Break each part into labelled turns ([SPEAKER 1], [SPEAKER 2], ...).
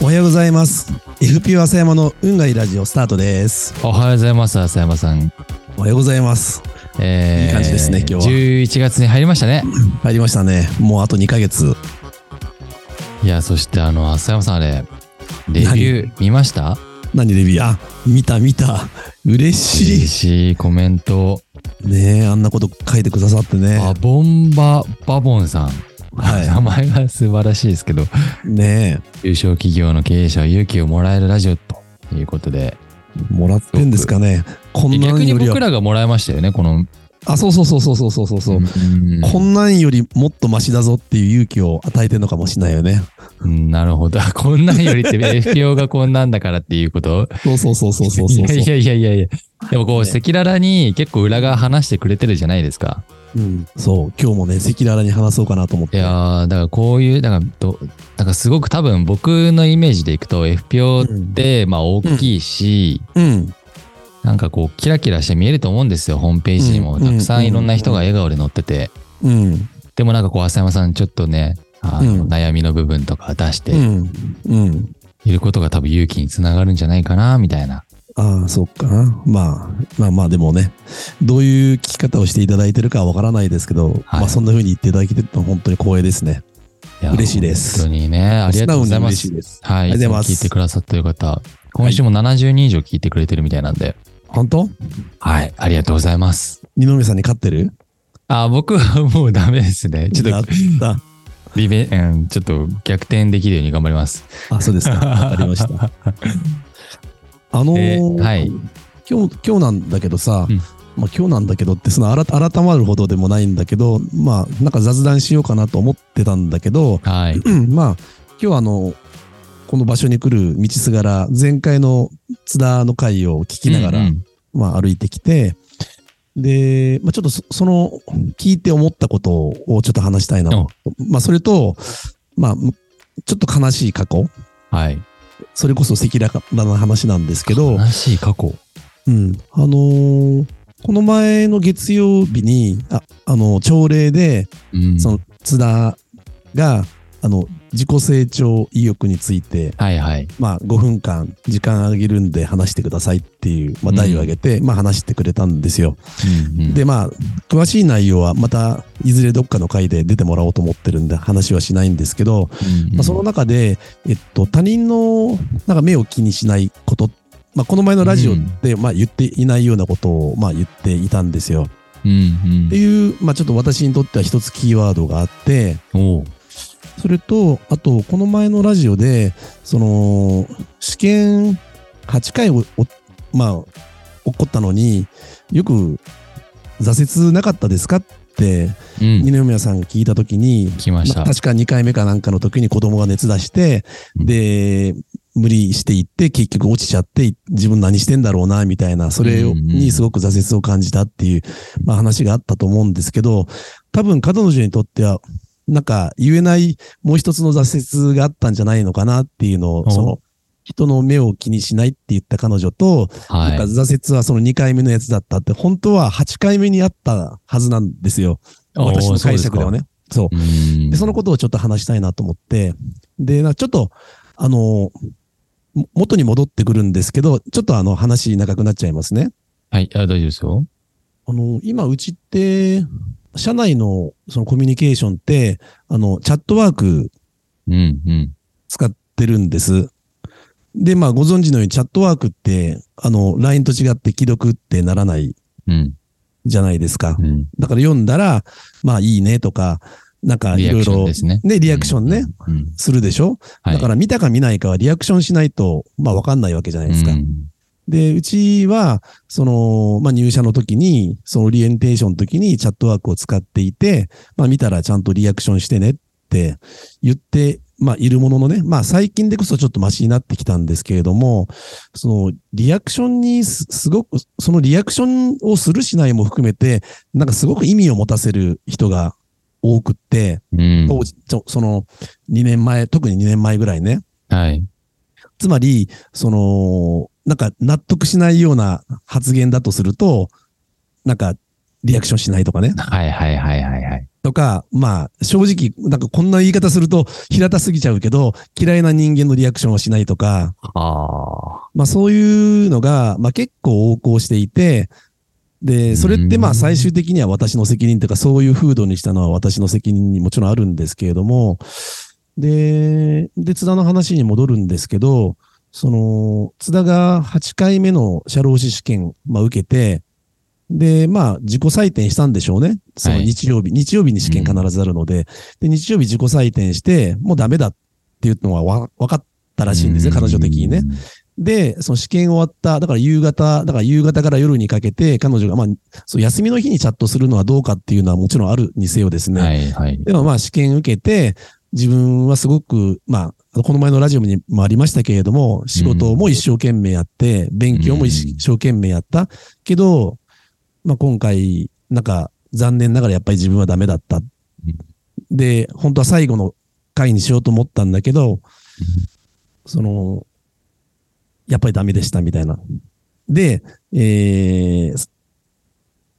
[SPEAKER 1] おはようございます。FP 浅山の運がいいラジオスタートです。
[SPEAKER 2] おはようございます、浅山さん。
[SPEAKER 1] おはようございます。
[SPEAKER 2] えー、
[SPEAKER 1] いい感じですね今日は
[SPEAKER 2] 11月に入りましたね。
[SPEAKER 1] 入りましたね。もうあと2ヶ月。
[SPEAKER 2] いや、そしてあの、浅山さん、あれ、レビュー見ました
[SPEAKER 1] 何レビューあ、見た見た。嬉し
[SPEAKER 2] 嬉しいコメント。
[SPEAKER 1] い。ねえ、あんなこと書いてくださってね。
[SPEAKER 2] バボンババボンさん。名
[SPEAKER 1] は
[SPEAKER 2] 前が素晴らしいですけど、
[SPEAKER 1] い。ね
[SPEAKER 2] 優勝企業の経営者は勇気をもらえるラジオということで、
[SPEAKER 1] え、もらってんですかね。こんな
[SPEAKER 2] 逆
[SPEAKER 1] ん
[SPEAKER 2] に
[SPEAKER 1] より
[SPEAKER 2] 僕
[SPEAKER 1] は。
[SPEAKER 2] らがもらいましたよね、この。
[SPEAKER 1] あ、そうそうそうそうそうそうそう。
[SPEAKER 2] んん
[SPEAKER 1] こんなんよりもっとマシだぞっていう勇気を与えてるのかもしれないよね。
[SPEAKER 2] うんなるほど。 こんなんよりって、FPO がこんなんだからっていうこと
[SPEAKER 1] そうそうそうそうそうそう。
[SPEAKER 2] いやいやいやいや。でもこう、
[SPEAKER 1] ね
[SPEAKER 2] 赤裸々に結構裏側話してくれてるじゃないですか。
[SPEAKER 1] うん、そう、今日もね、赤裸々に話そうかなと思っ
[SPEAKER 2] い
[SPEAKER 1] て。
[SPEAKER 2] やー、だからこういう、だからど、だからすごく多分僕のイメージでいくと FPO って、まあ大きいし、
[SPEAKER 1] うん、
[SPEAKER 2] なんかこうキラキラして見えると思うんですよ、ホームページに
[SPEAKER 1] う
[SPEAKER 2] も。
[SPEAKER 1] ん
[SPEAKER 2] たくさ
[SPEAKER 1] うん
[SPEAKER 2] んいろんな人が笑顔で載ってて。
[SPEAKER 1] うん、
[SPEAKER 2] でもなんかこう、浅山さんちょっとね、あの
[SPEAKER 1] うん
[SPEAKER 2] 悩みの部分とか出し
[SPEAKER 1] う
[SPEAKER 2] て
[SPEAKER 1] ん、うん。
[SPEAKER 2] いることが多分勇気につながるんじゃないかな、みたいな。
[SPEAKER 1] ああ、そっかな。まあ、まあまあ、でもね、どういう聞き方をしていただいてるかはわからないですけど、まあそんな風に言っていただけてるのは本当に光栄ですね。
[SPEAKER 2] いや
[SPEAKER 1] 嬉しいです
[SPEAKER 2] 本当にね、ありがとうございま
[SPEAKER 1] 素
[SPEAKER 2] す
[SPEAKER 1] 直に嬉しいです。
[SPEAKER 2] はい、
[SPEAKER 1] ありが
[SPEAKER 2] いつ
[SPEAKER 1] とうござい
[SPEAKER 2] も
[SPEAKER 1] ます
[SPEAKER 2] 聞いてくださってる方、今週も70人以上聞いてくれてるみたいなんで、
[SPEAKER 1] 本当
[SPEAKER 2] はい、ありがとうございます。
[SPEAKER 1] 二宮さんに勝ってる
[SPEAKER 2] あ、僕はもうダメですね。ちょっと、
[SPEAKER 1] だっ
[SPEAKER 2] リベ、うん、ちょっと逆転できるように頑張ります。
[SPEAKER 1] た。あ、そうですか。わかりま した。あの
[SPEAKER 2] え
[SPEAKER 1] ー
[SPEAKER 2] はい
[SPEAKER 1] 今日、今日なんだけどさ、
[SPEAKER 2] うん
[SPEAKER 1] まあ今日なんだけどって、その改改まるほどでもないんだけど、まあなんか雑談しようかなと思ってたんだけど、
[SPEAKER 2] はい。
[SPEAKER 1] うんまあ、今日あの、この場所に来る道すがら、前回の津田の会を聞きながら、
[SPEAKER 2] うんうん
[SPEAKER 1] まあ、歩いてきて、で、まあ、ちょっとそその、聞いて思ったことをちょっと話したいな
[SPEAKER 2] お。
[SPEAKER 1] まあ、それと、まあ、むちょっと悲しい過去。
[SPEAKER 2] はい。
[SPEAKER 1] それこそ赤裸々な話なんですけど、
[SPEAKER 2] 悲しい過去。
[SPEAKER 1] うん。あのーこの前の月曜日に、あ、あの、朝礼で、
[SPEAKER 2] うん
[SPEAKER 1] その津田が、あの、自己成長意欲について、
[SPEAKER 2] はいはい。
[SPEAKER 1] まあ5分間時間あげるんで話してくださいっていう、まあ、
[SPEAKER 2] うん
[SPEAKER 1] 題をあげて、まあ話してくれたんですよ。
[SPEAKER 2] うんうん
[SPEAKER 1] で、まあ、詳しい内容はまたいずれどっかの回で出てもらおうと思ってるんで話はしないんですけど、
[SPEAKER 2] うんうん
[SPEAKER 1] まあ、その中で、えっと、他人のなんか目を気にしないこと、まあ、この前のラジオで、まあ、言っていないようなことを、まあ、言っていたんですよ。
[SPEAKER 2] うん
[SPEAKER 1] って
[SPEAKER 2] うん。
[SPEAKER 1] いう、まあ、ちょっと私にとっては一つキーワードがあって、
[SPEAKER 2] おう
[SPEAKER 1] それと、あと、この前のラジオで、その、試験8回を、おまあ、起こったのに、よく挫折なかったですかって、
[SPEAKER 2] うん。
[SPEAKER 1] 二宮さんが聞いたときに、
[SPEAKER 2] 来まし
[SPEAKER 1] まあ
[SPEAKER 2] た。
[SPEAKER 1] 確か2回目かなんかの時に子供が熱出して、
[SPEAKER 2] うん
[SPEAKER 1] で、無理していって、結局落ちちゃって、自分何してんだろうな、みたいな、それを
[SPEAKER 2] うんうん
[SPEAKER 1] にすごく挫折を感じたっていう、まあ話があったと思うんですけど、多分彼女にとっては、なんか言えないもう一つの挫折があったんじゃないのかなっていうのを、
[SPEAKER 2] お
[SPEAKER 1] その、人の目を気にしないって言った彼女と、
[SPEAKER 2] は
[SPEAKER 1] なん
[SPEAKER 2] い
[SPEAKER 1] か。挫折はその2回目のやつだったって、本当は8回目にあったはずなんですよ。私
[SPEAKER 2] お
[SPEAKER 1] の
[SPEAKER 2] う
[SPEAKER 1] 解釈では。ね。そう。
[SPEAKER 2] そうですかうん
[SPEAKER 1] で、そのことをちょっと話したいなと思って、で、なちょっと、あの、も元に戻ってくるんですけど、ちょっとあの話長くなっちゃいますね。
[SPEAKER 2] はい、あ大丈夫ですよ。
[SPEAKER 1] あの、今うちって、社内のそのコミュニケーションって、あの、チャットワーク
[SPEAKER 2] うんうん。
[SPEAKER 1] 使ってるんです。で、まあご存知のようにチャットワークって、あの、LINE と違って既読ってならない
[SPEAKER 2] うん
[SPEAKER 1] じゃないですか
[SPEAKER 2] う。ん。
[SPEAKER 1] だから読んだら、まあいいねとか、なんかい
[SPEAKER 2] リア
[SPEAKER 1] ろ
[SPEAKER 2] ク
[SPEAKER 1] い
[SPEAKER 2] ション
[SPEAKER 1] ろ
[SPEAKER 2] で、すね。
[SPEAKER 1] ね、リアクションね、
[SPEAKER 2] うん。うん。
[SPEAKER 1] するでしょ
[SPEAKER 2] はい
[SPEAKER 1] だから見たか見ないかはリアクションしないと、まあわかんないわけじゃないですか。
[SPEAKER 2] うん
[SPEAKER 1] で、うちは、その、まあ入社の時に、そのオリエンテーションの時にチャットワークを使っていて、まあ見たらちゃんとリアクションしてねって言って、まあいるもののね、まあ最近でこそちょっとマシになってきたんですけれども、そのリアクションにすすごく、そのリアクションをするしないも含めて、なんかすごく意味を持たせる人が多くって、
[SPEAKER 2] うん。
[SPEAKER 1] 当時、ちょその2年前、特に2年前ぐらいね、
[SPEAKER 2] はい。
[SPEAKER 1] つまり、その、なんか納得しないような発言だとすると、なんかリアクションしないとかね。
[SPEAKER 2] はいはいはいはいはい。
[SPEAKER 1] とか、まあ、正直、なんかこんな言い方すると平たすぎちゃうけど、嫌いな人間のリアクションをしないとか、
[SPEAKER 2] ああ。
[SPEAKER 1] まあそういうのが、まあ結構横行していて、で、それってま
[SPEAKER 2] う
[SPEAKER 1] あ
[SPEAKER 2] ん
[SPEAKER 1] 最終的には私の責任というか、そういう風土にしたのは私の責任にもちろんあるんですけれども、で、で、津田の話に戻るんですけど、その、津田が8回目の社労士試験、まあ受けて、で、まあ、自己採点したんでしょうね。その
[SPEAKER 2] はい
[SPEAKER 1] 日曜日、日曜日に試験必ずあるので、で、日曜日自己採点して、もうダメだっていうのはわ分かったらしいんですね、彼女的にね。で、その試験終わった、だから夕方、だから夕方から夜にかけて、彼女が、まあ、そう休みの日にチャットするのはどうかっていうのはもちろんあるにせよですね。
[SPEAKER 2] はいはい。
[SPEAKER 1] でもまあ試験受けて、自分はすごく、まあ、この前のラジオにもありましたけれども、仕事も一生懸命やって、勉強も一生懸命やったけど、まあ今回、なんか残念ながらやっぱり自分はダメだった。で、本当は最後の回にしようと思ったんだけど、その、やっぱりダメでしたみたいな。で、えー、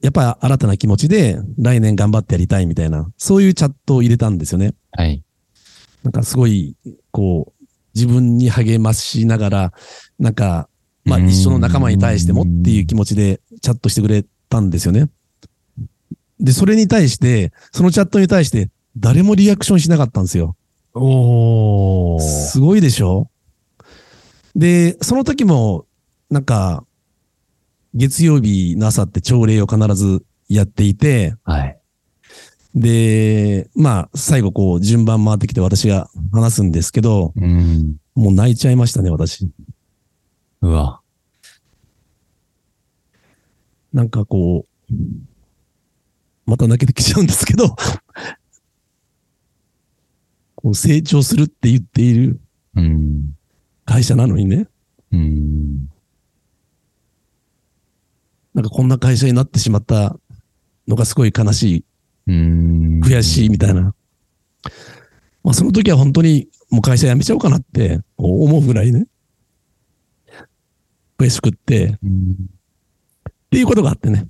[SPEAKER 1] やっぱり新たな気持ちで来年頑張ってやりたいみたいな、そういうチャットを入れたんですよね。
[SPEAKER 2] はい。
[SPEAKER 1] なんかすごい、こう、自分に励ましながら、なんか、まあ
[SPEAKER 2] うん
[SPEAKER 1] 一緒の仲間に対してもっていう気持ちでチャットしてくれたんですよね。で、それに対して、そのチャットに対して、誰もリアクションしなかったんですよ。
[SPEAKER 2] お
[SPEAKER 1] すごいでしょで、その時も、なんか、月曜日の朝って朝礼を必ずやっていて、
[SPEAKER 2] はい。
[SPEAKER 1] で、まあ、最後こう、順番回ってきて私が話すんですけど、
[SPEAKER 2] うん。
[SPEAKER 1] もう泣いちゃいましたね、私。
[SPEAKER 2] うわ。
[SPEAKER 1] なんかこう、また泣けてきちゃうんですけど、 こう成長するって言っている
[SPEAKER 2] うん。
[SPEAKER 1] 会社なのにね、
[SPEAKER 2] うん。
[SPEAKER 1] なんかこんな会社になってしまったのがすごい悲しい
[SPEAKER 2] うん。
[SPEAKER 1] 悔しいみたいな。まあ、その時は本当にもう会社辞めちゃおうかなって思うぐらいね。悔しくって、っ
[SPEAKER 2] うん。
[SPEAKER 1] ていうことがあってね。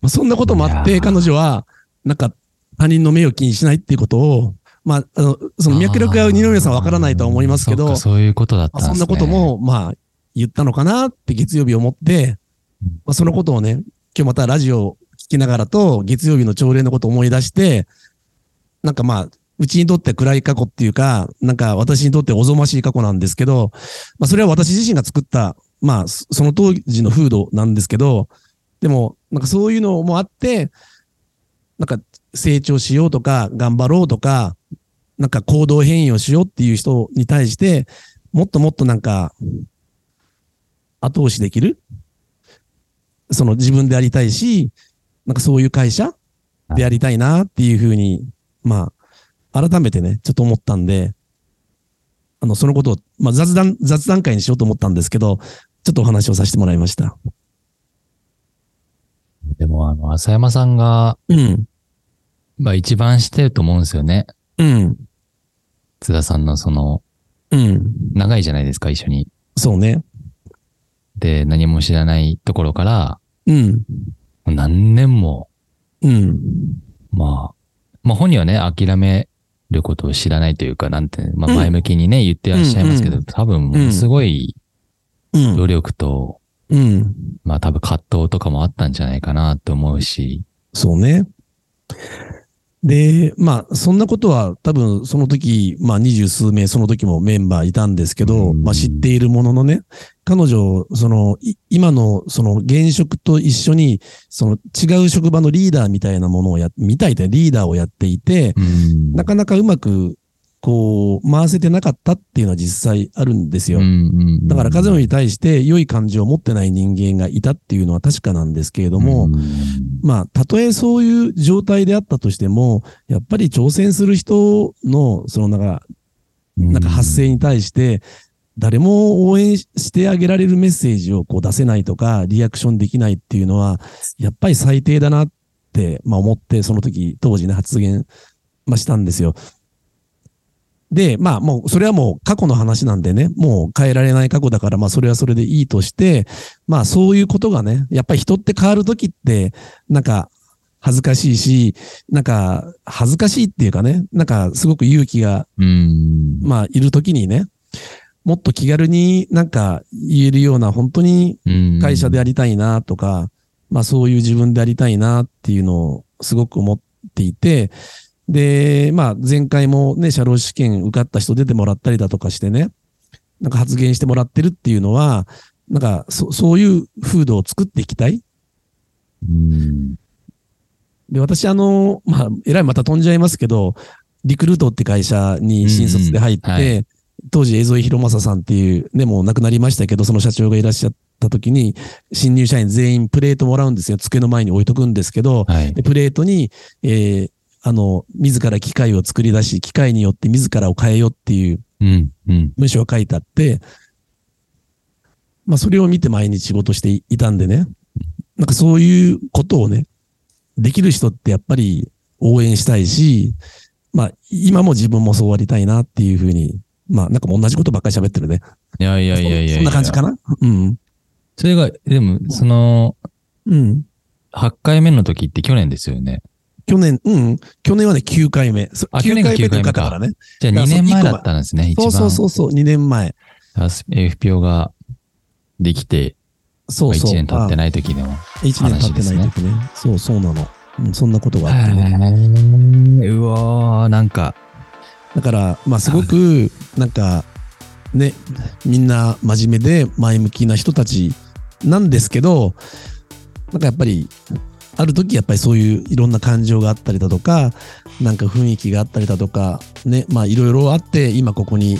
[SPEAKER 1] まあ、そんなこともあっ
[SPEAKER 2] い
[SPEAKER 1] て、
[SPEAKER 2] やー
[SPEAKER 1] 彼女は、なんか他人の目を気にしないっていうことを、まあ、あの、その脈絡は二宮さんわからないとは思いますけど、
[SPEAKER 2] あーそうかそういうことだった
[SPEAKER 1] ま
[SPEAKER 2] ん
[SPEAKER 1] あ、
[SPEAKER 2] です
[SPEAKER 1] そんな
[SPEAKER 2] ね。
[SPEAKER 1] こと。も、まあ、言ったのかなって月曜日思って
[SPEAKER 2] うん、
[SPEAKER 1] まあ、そのことをね、今日またラジオを聞きながらと、月曜日の朝礼のことを思い出して、なんかまあ、うちにとって暗い過去っていうか、なんか私にとっておぞましい過去なんですけど、まあ、それは私自身が作った、まあ、そその当時の風土なんですけど、でも、なんかそういうのもあって、なんか成長しようとか、頑張ろうとか、なんか行動変容しようっていう人に対して、もっともっとなんか、後押しできるその自分でありたいし、なんかそういう会社でありたいなっていうふうに、まあ、改めてね、ちょっと思ったんで、あの、そのことを、まあ、雑談、雑談会にしようと思ったんですけど、ちょっとお話をさせてもらいました。
[SPEAKER 2] でも、あの、浅山さんが、
[SPEAKER 1] うん。
[SPEAKER 2] まあ一番してると思うんですよね。
[SPEAKER 1] うん。
[SPEAKER 2] 津田さんのその、
[SPEAKER 1] うん。
[SPEAKER 2] 長いじゃないですか、一緒に。
[SPEAKER 1] そうね。
[SPEAKER 2] で、何も知らないところから、
[SPEAKER 1] うん。
[SPEAKER 2] 何年も、
[SPEAKER 1] うん。
[SPEAKER 2] まあ、まあ本人はね、諦めることを知らないというか、なんて、まあ
[SPEAKER 1] うん
[SPEAKER 2] 前向きにね、言ってらっしゃいますけ
[SPEAKER 1] う
[SPEAKER 2] ど、
[SPEAKER 1] ん
[SPEAKER 2] 多分もうすごい
[SPEAKER 1] うん。
[SPEAKER 2] 努力と、
[SPEAKER 1] うん。
[SPEAKER 2] まあ多分葛藤とかもあったんじゃないかなと思うし、
[SPEAKER 1] そうね。で、まあ、そんなことは多分その時、まあ二十数名その時もメンバーいたんですけど、
[SPEAKER 2] うん
[SPEAKER 1] まあ知っているもののね、彼女、その、い今のその現職と一緒に、その違う職場のリーダーみたいなものをや、みたいでリーダーをやっていて、
[SPEAKER 2] うん
[SPEAKER 1] なかなかうまく、こう、回せてなかったっていうのは実際あるんですよ。だから、風野に対して良い感情を持ってない人間がいたっていうのは確かなんですけれども、
[SPEAKER 2] うん、
[SPEAKER 1] まあ、たとえそういう状態であったとしても、やっぱり挑戦する人の、そのなんか、なんか発声に対して、誰も応援ししてあげられるメッセージをこう出せないとか、リアクションできないっていうのは、やっぱり最低だなって、まあ思って、その時、当時ね、発言、まあしたんですよ。で、まあもう、それはもう過去の話なんでね、もう変えられない過去だから、まあそれはそれでいいとして、まあそういうことがね、やっぱり人って変わる時って、なんか、恥ずかしいし、なんか、恥ずかしいっていうかね、なんか、すごく勇気が、
[SPEAKER 2] うん。
[SPEAKER 1] まあ、いる時にね、もっと気軽になんか言えるような、本当に
[SPEAKER 2] うん
[SPEAKER 1] 会社でありたいなとか、まあそういう自分でありたいなっていうのをすごく思っていて、で、まあ前回もね、社労試験受かった人出てもらったりだとかしてね、なんか発言してもらってるっていうのは、なんかそそういう風土を作っていきたい。
[SPEAKER 2] うん
[SPEAKER 1] で、私あの、まあ、えらいまた飛んじゃいますけど、リクルートって会社に新卒で入って、
[SPEAKER 2] うんうんは
[SPEAKER 1] 当時江添博正さんっていう、ね、もう亡くなりましたけど、その社長がいらっしゃった時に、新入社員全員プレートもらうんですよ。机の前に置いとくんですけど、
[SPEAKER 2] はい
[SPEAKER 1] で。プレートに、えーあの、自ら機械を作り出し、機械によって自らを変えようっていう
[SPEAKER 2] うん。うん。
[SPEAKER 1] 文章が書いてあって、まあ、それを見て毎日仕事していたんでね、なんかそういうことをね、できる人ってやっぱり応援したいし、まあ、今も自分もそうありたいなっていうふうに、まあ、なんかもう同じことばっかり喋ってるね。
[SPEAKER 2] いやいやいやいやいや
[SPEAKER 1] そんな感じかなうん。
[SPEAKER 2] それが、でも、その、
[SPEAKER 1] うん。
[SPEAKER 2] 8回目の時って去年ですよね。
[SPEAKER 1] 去年、うん。去年はね、9回目。そ
[SPEAKER 2] あ去
[SPEAKER 1] 9
[SPEAKER 2] 年が
[SPEAKER 1] 回目
[SPEAKER 2] 9
[SPEAKER 1] とい
[SPEAKER 2] 回
[SPEAKER 1] う
[SPEAKER 2] 目か
[SPEAKER 1] 方からね。
[SPEAKER 2] じゃあ
[SPEAKER 1] だ
[SPEAKER 2] 2
[SPEAKER 1] からその
[SPEAKER 2] 年前
[SPEAKER 1] 一個前
[SPEAKER 2] だったんですね、一
[SPEAKER 1] そう
[SPEAKER 2] 番。
[SPEAKER 1] そうそうそう、2年前。
[SPEAKER 2] FPO ができて、
[SPEAKER 1] そうそう。
[SPEAKER 2] 1年経って
[SPEAKER 1] い。
[SPEAKER 2] ない時でも。
[SPEAKER 1] 1年経ってない
[SPEAKER 2] 話
[SPEAKER 1] 時ね。そうそうなの。うん、そんなことがあってね。
[SPEAKER 2] へーうわー、なんか、
[SPEAKER 1] だから、まあ、すごく、なんか、ね、みんな真面目で前向きな人たちなんですけど、なんかやっぱり、ある時やっぱりそういういろんな感情があったりだとか、なんか雰囲気があったりだとか、ね、まあいろいろあって、今ここに、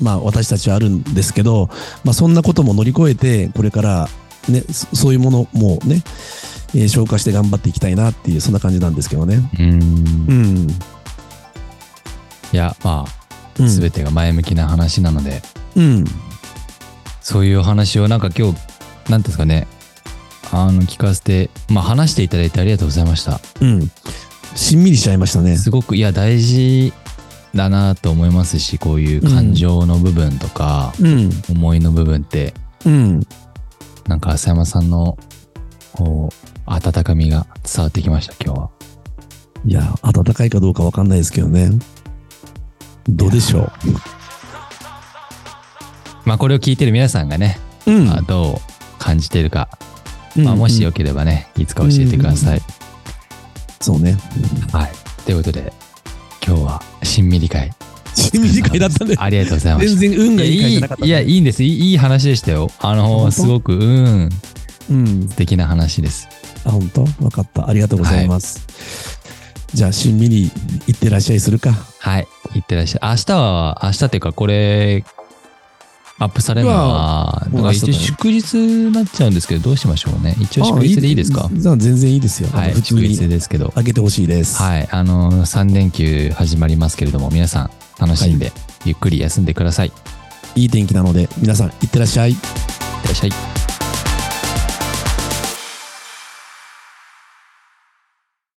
[SPEAKER 1] まあ私たちはあるんですけど、まあそんなことも乗り越えて、これから、ね、そそういうものもね、えー消化して頑張っていきたいなっていう、そんな感じなんですけどね。
[SPEAKER 2] うーん。
[SPEAKER 1] う
[SPEAKER 2] い
[SPEAKER 1] ん。
[SPEAKER 2] や、ま
[SPEAKER 1] う
[SPEAKER 2] あ、
[SPEAKER 1] ん
[SPEAKER 2] すべてが前向きな話なので、
[SPEAKER 1] うん。
[SPEAKER 2] そういうお話をなんか今日、なんていうんですかね、あの、聞かせて、まあ話していただいてありがとうございました。
[SPEAKER 1] うん。しんみりしちゃいましたね。
[SPEAKER 2] すごく、いや、大事だなと思いますし、こういう感情の部分とか、
[SPEAKER 1] うん。
[SPEAKER 2] 思いの部分って、
[SPEAKER 1] うん。
[SPEAKER 2] なんか浅山さんの、こう、温かみが伝わってきました、今日は。
[SPEAKER 1] いや、暖かいかどうかわかんないですけどね。どうでしょ
[SPEAKER 2] まあこれを聞いてる皆さんがね、
[SPEAKER 1] う。うん
[SPEAKER 2] まあどう感じているか、
[SPEAKER 1] うん
[SPEAKER 2] まあ、もしよければね、いつか教えてください。
[SPEAKER 1] そうね。
[SPEAKER 2] はい。ということで、今日は、しんみり会。
[SPEAKER 1] しんみり会だった んで、
[SPEAKER 2] ありがとうございま した。
[SPEAKER 1] 全然運がいい会じゃなかったね。
[SPEAKER 2] いや、いいんです。いいいい話でしたよ。あの、
[SPEAKER 1] 本当
[SPEAKER 2] すごく、うん、
[SPEAKER 1] うん。
[SPEAKER 2] 素敵な話です。
[SPEAKER 1] あ、本当わかった。ありがとうございます。じゃあ、しんみり行ってらっしゃいするか。
[SPEAKER 2] はい。いってらっしゃい。明日は、明日っていうか、これ、アップされるのは、
[SPEAKER 1] もう
[SPEAKER 2] だから
[SPEAKER 1] 明
[SPEAKER 2] 一
[SPEAKER 1] 日だね
[SPEAKER 2] 応祝日になっちゃうんですけど、どうしましょうね。一応祝日でいいですか
[SPEAKER 1] あじゃあ、全然いいですよ。
[SPEAKER 2] は
[SPEAKER 1] あ
[SPEAKER 2] い。
[SPEAKER 1] の普通
[SPEAKER 2] 祝日
[SPEAKER 1] に
[SPEAKER 2] ですけど。
[SPEAKER 1] あげてほしいです。
[SPEAKER 2] はい。あの、3連休始まりますけれども、皆さん、楽しんで、ゆっくり休んでください。いっ
[SPEAKER 1] いい天気なので、皆さん、行ってらっしゃい。
[SPEAKER 2] てらっしゃい。